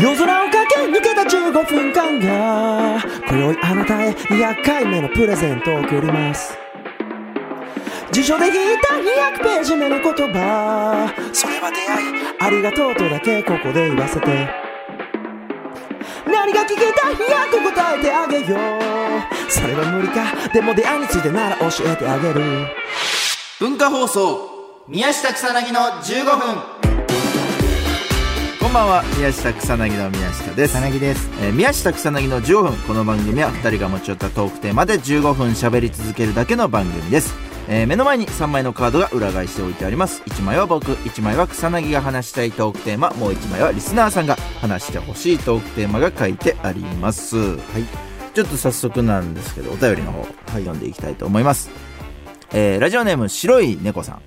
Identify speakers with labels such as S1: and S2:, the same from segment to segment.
S1: 夜空を駆け抜けた15分間が今宵あなたへ200回目のプレゼントを贈ります辞書で引いた200ページ目の言葉それは出会いありがとうとだけここで言わせて何が聞きたい早く答えてあげようそれは無理かでも出会いについてなら教えてあげる
S2: 文化放送宮下草薙の15分こんばんは宮下草薙の宮下です
S3: 草薙です。
S2: えー宮下草薙の15分この番組は2人が持ち寄ったトークテーマで15分喋り続けるだけの番組です、えー目の前に3枚のカードが裏返しておいてあります1枚は僕1枚は草薙が話したいトークテーマもう1枚はリスナーさんが話してほしいトークテーマが書いてあります
S3: はい。
S2: ちょっと早速なんですけどお便りの方、読んでいきたいと思います、えーラジオネーム白い猫さん、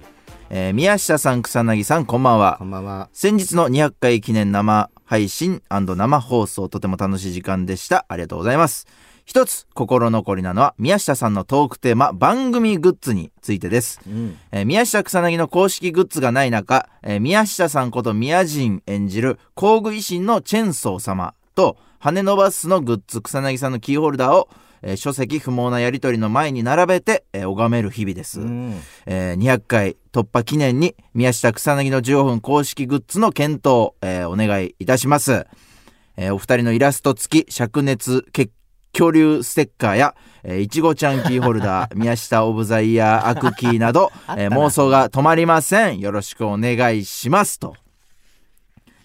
S2: えー宮下さん草薙さんこんばんは
S3: こんばんは。
S2: 先日の200回記念生配信生放送とても楽しい時間でした。ありがとうございます。一つ心残りなのは宮下さんのトークテーマ番組グッズについてです。
S3: うん。
S2: えー宮下草薙の公式グッズがない中、えー宮下さんこと宮人演じる工具維新のチェンソー様と羽伸ばすのグッズ草薙さんのキーホルダーを、えー書籍不毛なやり取りの前に並べて、えー拝める日々です。
S3: うん。
S2: えー200回突破記念に宮下草薙の15分公式グッズの検討、えーお願いいたします、えーお二人のイラスト付き灼熱血恐竜ステッカーや、えーいちごちゃんキーホルダー 宮下オブザイヤーアクキーなどえー妄想が止まりませんよろしくお願いしますと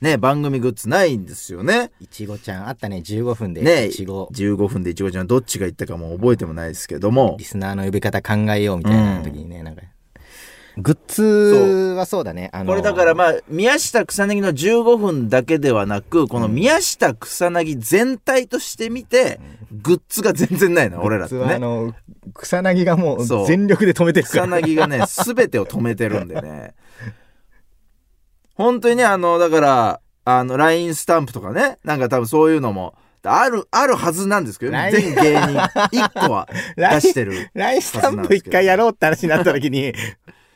S2: ね番組グッズないんですよね
S3: いちごちゃんあったね。15分で。
S2: ね
S3: いちご。
S2: 15分でいちごちゃんどっちが言ったかもう覚えてもないですけども
S3: リスナーの呼び方考えようみたいな時にね、なんか。グッズはそうだね。あの
S2: これだからまあ宮下草薙の15分だけではなくこの宮下草薙全体として見てグッズが全然ないの俺らって
S3: グッズは
S2: ね
S3: あの、草薙がも
S2: そう
S3: う全力で止めてるか
S2: 草
S3: ら。
S2: 薙が ね全てを止めてるんでね本当にねあのだからあの LINE スタンプとかねなんか多分そういうのもあるあるはずなんですけど
S3: LINE
S2: 全芸人1個は出してる
S3: ラインスタンプ一回やろうって話になった 時に、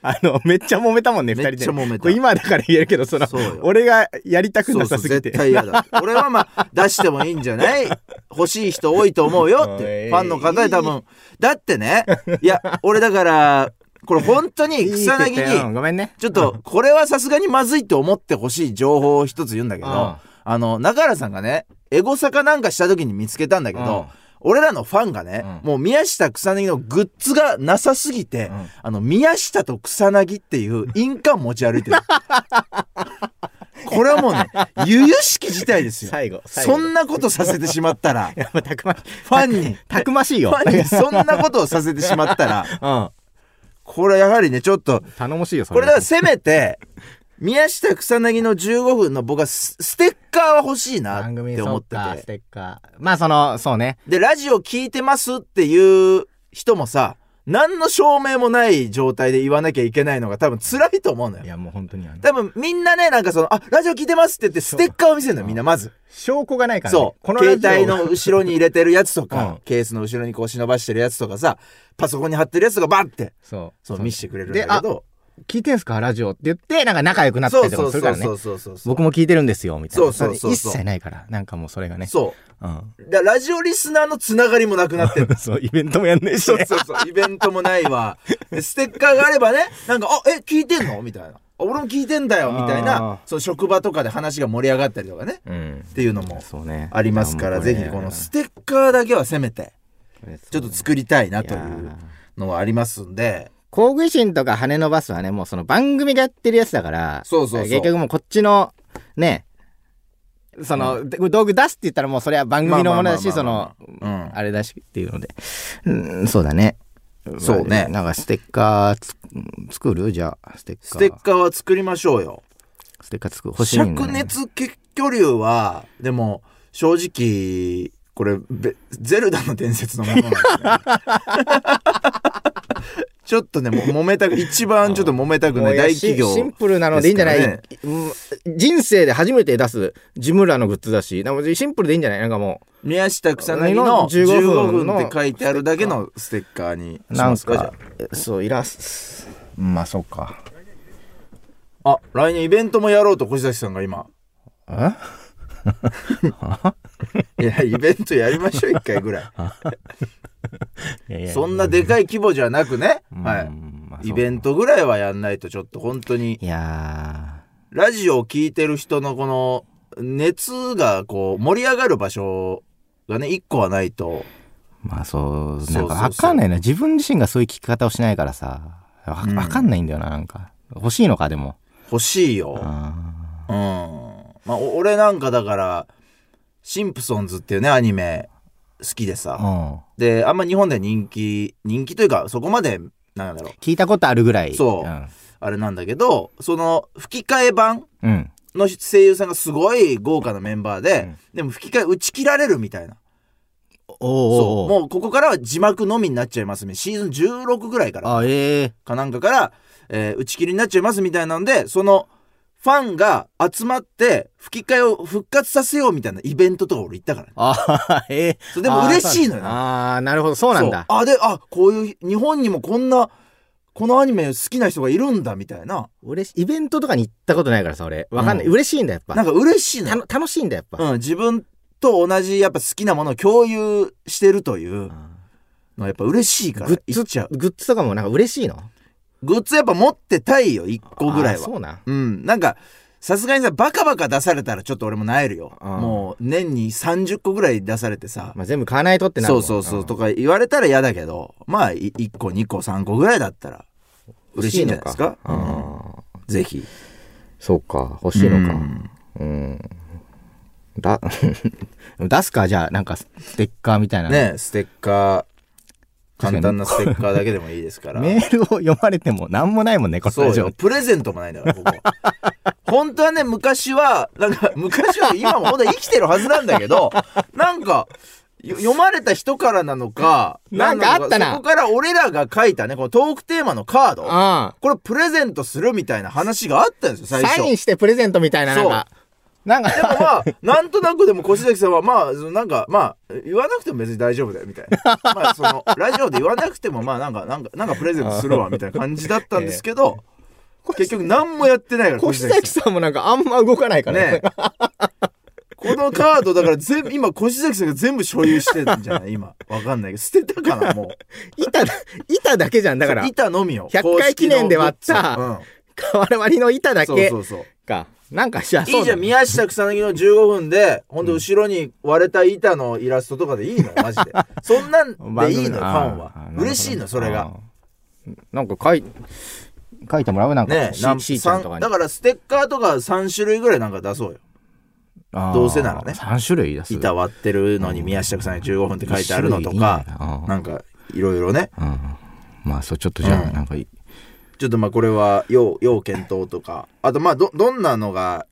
S3: あの、めっちゃ揉めたもんね、二人
S2: めっ
S3: で。
S2: ちゃ揉めた
S3: これ今だから言えるけど、その
S2: そうよ、
S3: 俺がやりたく
S2: そ
S3: な
S2: うそ
S3: さ
S2: う
S3: すぎて
S2: 絶。対嫌だ俺はまあ出してもいいんじゃない欲しい人多いと思うよって
S3: おい
S2: ファンの方で多分だってねいや俺だからこれ本当に草
S3: いいって言った
S2: 薙
S3: よ
S2: に
S3: ごめんね。
S2: ちょっとこれはさすがにまずいって思ってほしい情報を一つ言うんだけど
S3: うん
S2: あの中原さんがねエゴサかなんかした時に見つけたんだけ
S3: うん
S2: ど俺らのファンがね、
S3: うん
S2: もう宮下草薙のグッズがなさすぎて、
S3: うん
S2: あの宮下と草薙っていう印鑑持ち歩いてるこれはもうね由々しき事態ですよ
S3: 最後。最後
S2: そんなことさせてしまった ら
S3: やっぱたくま、フ
S2: ファンに
S3: たくましい
S2: フ
S3: よ。
S2: ァンにそんなことをさせてしまったら
S3: うん。
S2: これはやはりねちょっと
S3: 頼もしいよ、そ
S2: こ
S3: れ。
S2: れだからせめ て宮下草薙の15分の僕はスステッカーは欲しいなっ
S3: 番組
S2: て
S3: で
S2: 思
S3: 思
S2: っ
S3: っててス
S2: て
S3: テッカー。まあ、その、そうね。
S2: でラジオ聞いてますっていう人もさ何の証明もない状態で言わなきゃいけないのが多分辛いと思うの
S3: い
S2: よ
S3: や、もう本当にあの。
S2: 多分みんなねなんかその「あラジオ聞いてます」って言ってステッカーを見せるのよみんなまず
S3: 証拠がないからね。
S2: そう
S3: この
S2: 携
S3: ラジオ
S2: 帯の後ろに入れてるやつとか、
S3: うん
S2: ケースの後ろにこう忍ばしてるやつとかさパソコンに貼ってるやつとかバッて
S3: そう。
S2: そう見せてくれるん
S3: で
S2: だけど
S3: 聞いてんすかラジオって言って、なんか仲良くなった
S2: そう
S3: りとか
S2: そ
S3: も
S2: うそ
S3: す
S2: う
S3: るからね
S2: そ。うそうそうそう
S3: 僕も聞いてるんですよ、みたいな。
S2: そうそうそうそう
S3: 一切ないから。なんかもうそれがね。
S2: そう
S3: うん。。
S2: だラジオリスナーのつながりもなくなってる
S3: そう、イベントもやんねえし
S2: そう。そうそう。イベントもないわ。でステッカーがあればね、なんか、あ、え、聞いてんのみたいな。あ俺も聞いてんだよ、みたい
S3: あー
S2: な。その職場とかで話が盛り上がったりとかね。
S3: うん
S2: っ。ていうのも
S3: そうね。
S2: ありますから、ぜひこのステッカーだけはせめて、ちょっと作りたいなとい
S3: いや
S2: う
S3: ー
S2: のはありますんで。
S3: 工具心とか羽伸ばすはね、もうその番組がやってるやつだから、
S2: そうそうそう
S3: 結局もうこっちの、ね、その、で道具出すって言ったらもうそれは番組のものだし、その、
S2: うん。
S3: あれだしっていうので。うん、そうだね。
S2: そうね
S3: なんかステッカーつ作るじゃあ、ステッカー。
S2: ステッカーは作りましょうよ。
S3: ステッカー作る。欲しいな
S2: 灼。熱血巨竜は、でも、正直、これ、べゼルダの伝説のものなん ですね。ちょっとね、も揉めたく、一番ちょっと揉めたく
S3: も
S2: な
S3: う
S2: い
S3: いや
S2: 大企業
S3: シ。シンプルなのでいいんじゃない、
S2: です
S3: うん人生で初めて出すジムラのグッズだし、なんかシンプルでいいんじゃないなんかも
S2: 宮下草薙の
S3: 15
S2: 15
S3: 分の
S2: 分って書いてあるだけのステッカーに
S3: う、
S2: し
S3: なん
S2: ますか、じ
S3: か
S2: ゃ、
S3: そう、イラスト、まあそうか。
S2: あ。あ、来年イベントもやろうと、小崎さんが今。
S3: え
S2: いや、イベントやりましょう、一回 ぐらい。
S3: いやいや
S2: そんなでかい規模じゃなくね。は
S3: うんまあ
S2: い。
S3: そう
S2: イベントぐらいはやんないと、ちょっと本当に、
S3: いや
S2: ラジオを聞いてる人のこの、熱がこう、盛り上がる場所がね、一個はないと。
S3: ーまあそう
S2: そう
S3: なんかわ
S2: そうそう
S3: かんないな自分自身がそういう聞き方をしないからさわ
S2: うん
S3: わかんないんだよななんか欲しいのかでも
S2: 欲しいよ。うんん。
S3: う
S2: まあ、お俺なんかだから、シンプソンズっていうね、アニメ、好きでさ。
S3: うん
S2: で、あんま日本で人気、人気というか、そこまで、なんだろう、
S3: 聞いたことあるぐらい
S2: そう
S3: う
S2: あれなんだけど、その、吹き替え版
S3: ん、うん、
S2: の声優さんがすごい豪華なメンバーで、
S3: うん
S2: でも吹き替え打ち切られるみたいな。
S3: おー
S2: そう。
S3: おーおう
S2: もうここからは字幕のみになっちゃいますね。シーズン16ぐらいから
S3: あええ
S2: かなんかから、えー打ち切りになっちゃいますみたいなんで、その、ファンが集まって吹き替えを復活させようみたいなイベントとか俺行ったからね。
S3: あーええ
S2: そうでも嬉しいのよな。
S3: あーなるほどそうなんだ
S2: そうあ、で、あ、こういう、日本にもこんな、このアニメ好きな人がいるんだみたいな。
S3: 嬉しイベントとかに行ったことないからさ俺わかんない、
S2: う
S3: 嬉しいんだやっぱ
S2: なんか嬉しいの
S3: た
S2: よ
S3: の楽しいんだやっぱ、
S2: うん、自分と同じやっぱ好きなものを共有してるというのはやっぱ嬉しいから
S3: グッ
S2: い
S3: ズ
S2: っちゃう
S3: グッズとかもなんか嬉しいの
S2: グッズやっぱ持ってたいよ1個ぐらい
S3: あー
S2: は
S3: そうなん
S2: うんなんかさすがにさバカバカ出されたらちょっと俺もなえるよ
S3: うん
S2: もう年に30個ぐらい出されてさ
S3: まあ、全部買わないとってなる
S2: そ
S3: も
S2: うんそうそうと
S3: ん
S2: か言われたら嫌だけどまあい1個2個3個ぐらいだったら嬉しいんじゃないですか
S3: 欲しいの
S2: うん
S3: あー
S2: ぜひ
S3: そうか欲しいのか
S2: うん
S3: うんだ 出すかじゃあなんかステッカーみたいな
S2: ねステッカー
S3: 確
S2: 簡
S3: かに
S2: 単なステッカーだけでもいいですか ら
S3: メールを読まれても何もないもんねこ
S2: そ
S3: の
S2: うよ。
S3: 状
S2: プレゼントもないんだから、ここ。 本当はね、昔は、なんか、昔は、今も本当は生きてるはずなんだけ ど、なんか、よ読まれた人からなのか、
S3: なんかあったな
S2: そこから俺らが書いたね、このトークテーマのカード。
S3: あ
S2: これプレゼントするみたいな話があったんですよ、最初。
S3: サイン
S2: で
S3: してプレゼントみたいななんかなんか
S2: もまあ、なんとなくでも、越崎さんは、まあ、そのなんか、まあ、言わなくても別に大丈夫だよ、みたいな。まあ、その、ラジオで言わなくても、まあ、なんか、なんか、なんかプレゼントするわ、みたいな感じだったんですけど、結局何もやってないから、
S3: 小崎さんもなんかあんま動かないから
S2: ね
S3: ね。
S2: このカードだから全部今越崎さんが全部所有してるんじゃない今わかんないけど捨てたかなもう
S3: 板だ、板だけじゃん。だから、
S2: 板のみよ
S3: 100回記念で割った
S2: 公
S3: 我々の板だ
S2: 式のグッズ
S3: け
S2: うん、そうそうそ
S3: か。なんかじゃあ、
S2: ういいじゃん
S3: そうだね
S2: 宮下草薙の15分でほんと後ろに割れた板のイラストとかでいい のマジでそんなんでいいのよファンは
S3: あーなるほど
S2: 嬉しいのそれが
S3: あーなんか書い書いてもらうなんか、
S2: ねえなん
S3: C, C ちゃんとか
S2: さん
S3: に
S2: だからステッカーとか3種類ぐらいなんか出そうよ
S3: あー
S2: どうせならね
S3: 三種類出す
S2: 板割ってるのに宮下草薙15分って書いてあるのと
S3: 一種類いい
S2: か
S3: ね
S2: なんかいろいろね
S3: うんまあそうちょっとじゃあ、
S2: うん
S3: なんかいい
S2: ちょっとまあこれは要要検討とかあとまあどどんなのが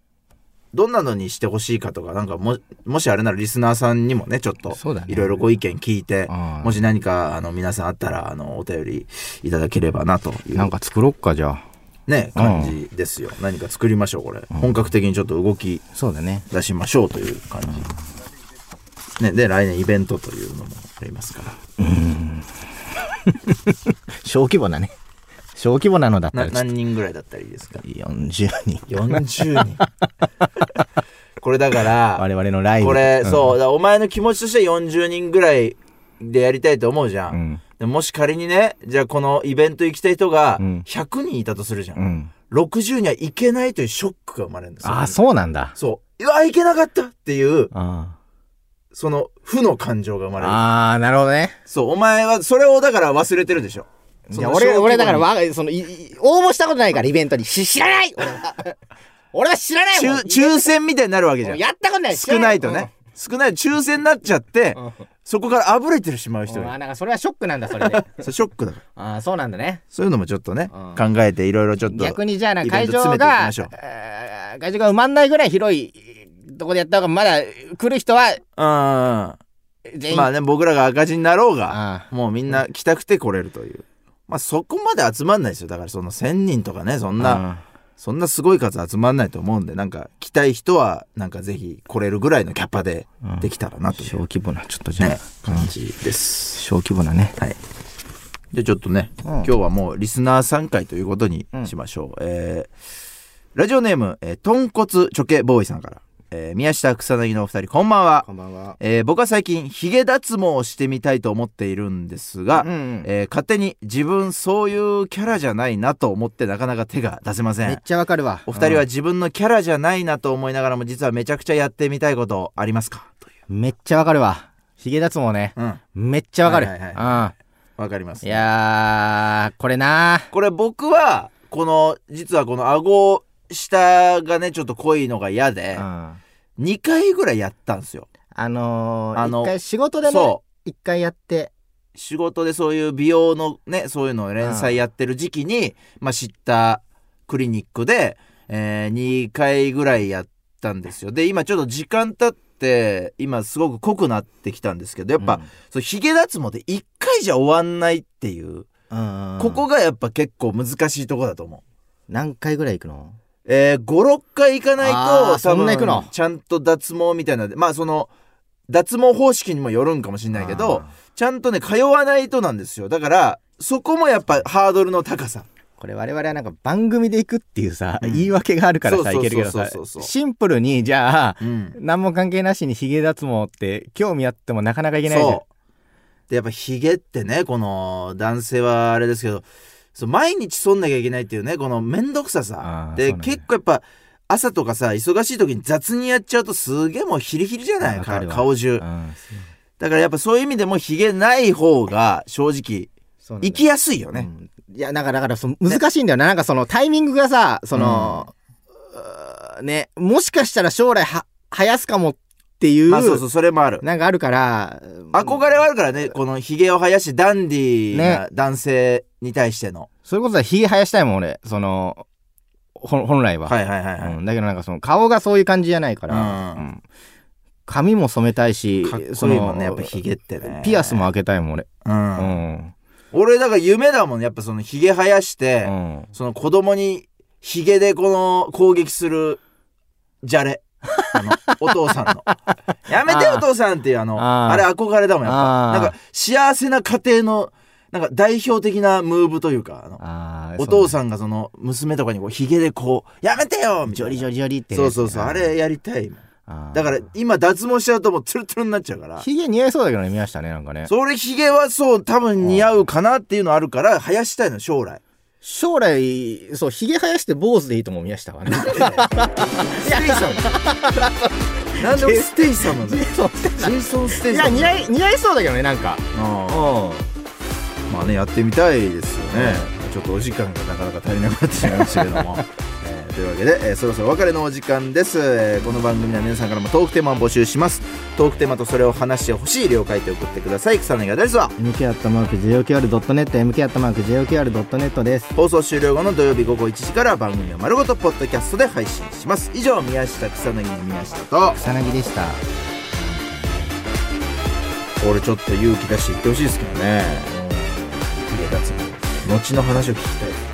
S2: どんなのにしてほしいかとかなんかももしあれならリスナーさんにもねちょっと
S3: そうだね
S2: いろいろご意見聞いて、
S3: うん
S2: もし何かあの皆さんあったらあのお便りいただければなとい
S3: な
S2: うん
S3: か作ろっかじゃあ
S2: ね感じですよ、何か作りましょうこれ、本格的にちょっと動き
S3: そうだね
S2: 出しましょうという感じ、ね、で来年イベントというのもありますから
S3: 小規模な ね小規模なのだった
S2: な
S3: らちょっと
S2: 何人ぐらいだったらいいですか
S3: 40人
S2: 40人 これだから
S3: 我々のライブ
S2: これ、
S3: うん
S2: そうだからお前の気持ちとしては40人ぐらいでやりたいと思うじゃん、
S3: うん
S2: でもし仮にねじゃあこのイベント行きたい人が
S3: うん
S2: 100人いたとするじゃん、
S3: うん
S2: 60には行けないというショックが生まれるんですよ
S3: ああそうなんだ
S2: そううわ行けなかったっていう
S3: あ
S2: その負の感情が生まれる
S3: あーなるほどね
S2: そうお前はそれをだから忘れてるでしょ
S3: いや俺俺だからわそのいい応募したことないからイベントにし知らない俺 は俺は知らないもん
S2: 抽抽選みたいになるわけじゃん
S3: やったことない
S2: 少ないとね、少ない抽選になっちゃって、
S3: うん
S2: そこからあぶれてしまう人
S3: 人
S2: が
S3: あ
S2: いる
S3: ーなんかそれはショックなんだそれで
S2: それショックだから
S3: ああそうなんだね
S2: そういうのもちょっとね、
S3: う
S2: 考えていろいろちょっと
S3: 逆にじゃあな
S2: イベン
S3: 会
S2: ト
S3: 場
S2: 詰めていき
S3: が
S2: ましょう
S3: えー会場が埋まんないぐらい広いとこでやった方がまだ来る人は
S2: うんま
S3: 全員、
S2: あね僕らが赤字になろうが
S3: あ
S2: もうみんな来たくて来れるというまあそこまで集まんないですよだからその1,000人とかねそん
S3: ー
S2: な
S3: あ
S2: そんなすごい数集まんないと思うんでなんか来たい人はなんかぜひ来れるぐらいのキャパで
S3: うん
S2: できたらなと
S3: ー
S2: い
S3: 小
S2: う、
S3: 規模なちょっとじゃあ、
S2: ね、感じです。
S3: 小規模なね
S2: はいじゃあちょっとね、
S3: うん
S2: 今日はもうリスナー参回ということにしましょう。えーラジオネーム、えー、豚骨チョケボーイさんから、えー宮下草薙のお二人こんばんは
S3: こんばんは。
S2: えー僕は最近ヒゲ脱毛をしてみたいと思っているんですが、
S3: うんうん
S2: えー勝手に自分そういうキャラじゃないなと思ってなかなか手が出せませ
S3: めっ
S2: ん
S3: ちゃわかるわ。
S2: お二人は
S3: う
S2: 自分のキャラじゃないなと思いながらも実はめちゃくちゃやってみたいことありますかとい
S3: んめっちゃわかるわ。ヒゲ脱毛ね。
S2: ううん
S3: めっちゃわかる。
S2: はいはいわかりま
S3: う
S2: す
S3: ん。いやー、これな
S2: これ僕はこの実はこの顎下がねちょっと濃いのが嫌で、
S3: うん
S2: 2回ぐらいやったんですよ
S3: あのー、
S2: あの
S3: 一回仕事でね、
S2: そ
S3: 一回やって、
S2: う仕事でそういう美容のねそういうのを連載やってる時期に、まあ、知ったクリニックで、え2回ぐらいやったんですよで今ちょっと時間経って今すごく濃くなってきたんですけどやっぱ、
S3: うん
S2: そうヒゲ脱毛で1回じゃ終わんないっていう、
S3: うん
S2: ここがやっぱ結構難しいとこだと思う。
S3: 何回ぐらい行くの
S2: えー、56回行かない
S3: あ
S2: と
S3: ーそんな行くの
S2: 多分ちゃんと脱毛みたいなんでまあその脱毛方式にもよるんかもしれないけど
S3: あー
S2: ちゃんとね通わないとなんですよだからそこもやっぱハードルの高さ
S3: これ我々はなんか番組で行くっていうさ、
S2: うん
S3: 言い訳があるから
S2: そ
S3: さ
S2: うそ
S3: いうけるけど
S2: そう
S3: さ
S2: そうそうそう
S3: シンプルにじゃあ
S2: うん
S3: 何も関係なしにヒゲ脱毛って興味あってもなかなかいけないじゃん
S2: そうでやっぱヒゲってねこの男性はあれですけどそう毎日剃んなきゃいけないっていうねこの面倒くさ
S3: あ
S2: さ
S3: ー
S2: で、
S3: そうなんだ
S2: 結構やっぱ朝とかさ忙しい時に雑にやっちゃうとすげえもうヒリヒリじゃない
S3: あわかるわ
S2: 顔中
S3: うん
S2: だからやっぱそういう意味でもヒゲない方が正直
S3: そうなんだ
S2: 行きやすいよね。
S3: うんいやなんかだからその難しいんだよな、なんかそのタイミングがさその、うーねもしかしたら将来は生やすかもっていう,、
S2: まあそうそう、それもある。
S3: なんかあるから
S2: 憧れはあるからね、このヒゲを生やしダンディーな
S3: ね
S2: 男性に対しての。
S3: それこそひげ生やしたいもん俺そのほ本来は、
S2: はいはいはいはい。
S3: うん、だけどなんかその顔がそういう感じじゃないから、
S2: うん
S3: うん髪も染めたいし
S2: かっこ
S3: そ
S2: い
S3: の
S2: いもんね、やっぱヒゲってね。
S3: ピアスも。開けたいもん俺、
S2: う。
S3: うんん
S2: 俺、だから夢だもん、やっぱそのヒゲ生やして
S3: う、ん
S2: その子供にヒゲでこの攻撃するじゃれ。あ のお父さんの。やめて
S3: あー
S2: お父さんっていうあの、
S3: あー
S2: あれ憧れだもん、やっぱ。
S3: あー
S2: なんか幸せな家庭の、なんか代表的なムーブというか、あの、
S3: あー
S2: お父
S3: ん
S2: さんがその娘とかにこうヒゲでこう「やめてよ!」み
S3: ジ
S2: た
S3: ョ
S2: い
S3: リ
S2: な
S3: ジョリジョリってね、
S2: そうそうそうあれやりたいもんだから今脱毛しちゃうともうツルツルになっちゃうから
S3: ひげ似合いそうだけどね見ましたねなんかね
S2: それヒゲはそう多分似合うかなっていうのあるから生やしたいの将来
S3: 将来そうひげ生やして坊主でいいと思う宮下 はね
S2: ステイサムなんで俺ステイサム なのジェイソン・ステ
S3: い
S2: イサ
S3: や
S2: ム
S3: 似合い似合いそうだけどねなん
S2: あ
S3: かう
S2: あまあねやってみたいですよねちょっとお時間がなかなか足りなくなってしまいましたけど もえーというわけで、えーそろそろお別れのお時間です、えーこの番組では皆さんからもトークテーマを募集しますトークテーマとそれを話してほしい了解て送ってください草薙アドレスは
S3: ん MK アットマーク JOQR.net MK アットマーク JOQR.net です
S2: 放送終了後の土曜日午後1時から番組を丸ごとポッドキャストで配信します以上宮下草薙の宮下と
S3: 草薙でした
S2: 俺ちょっと勇気出して言ってほしいですけどねヒゲ脱毛後の話を聞きたいです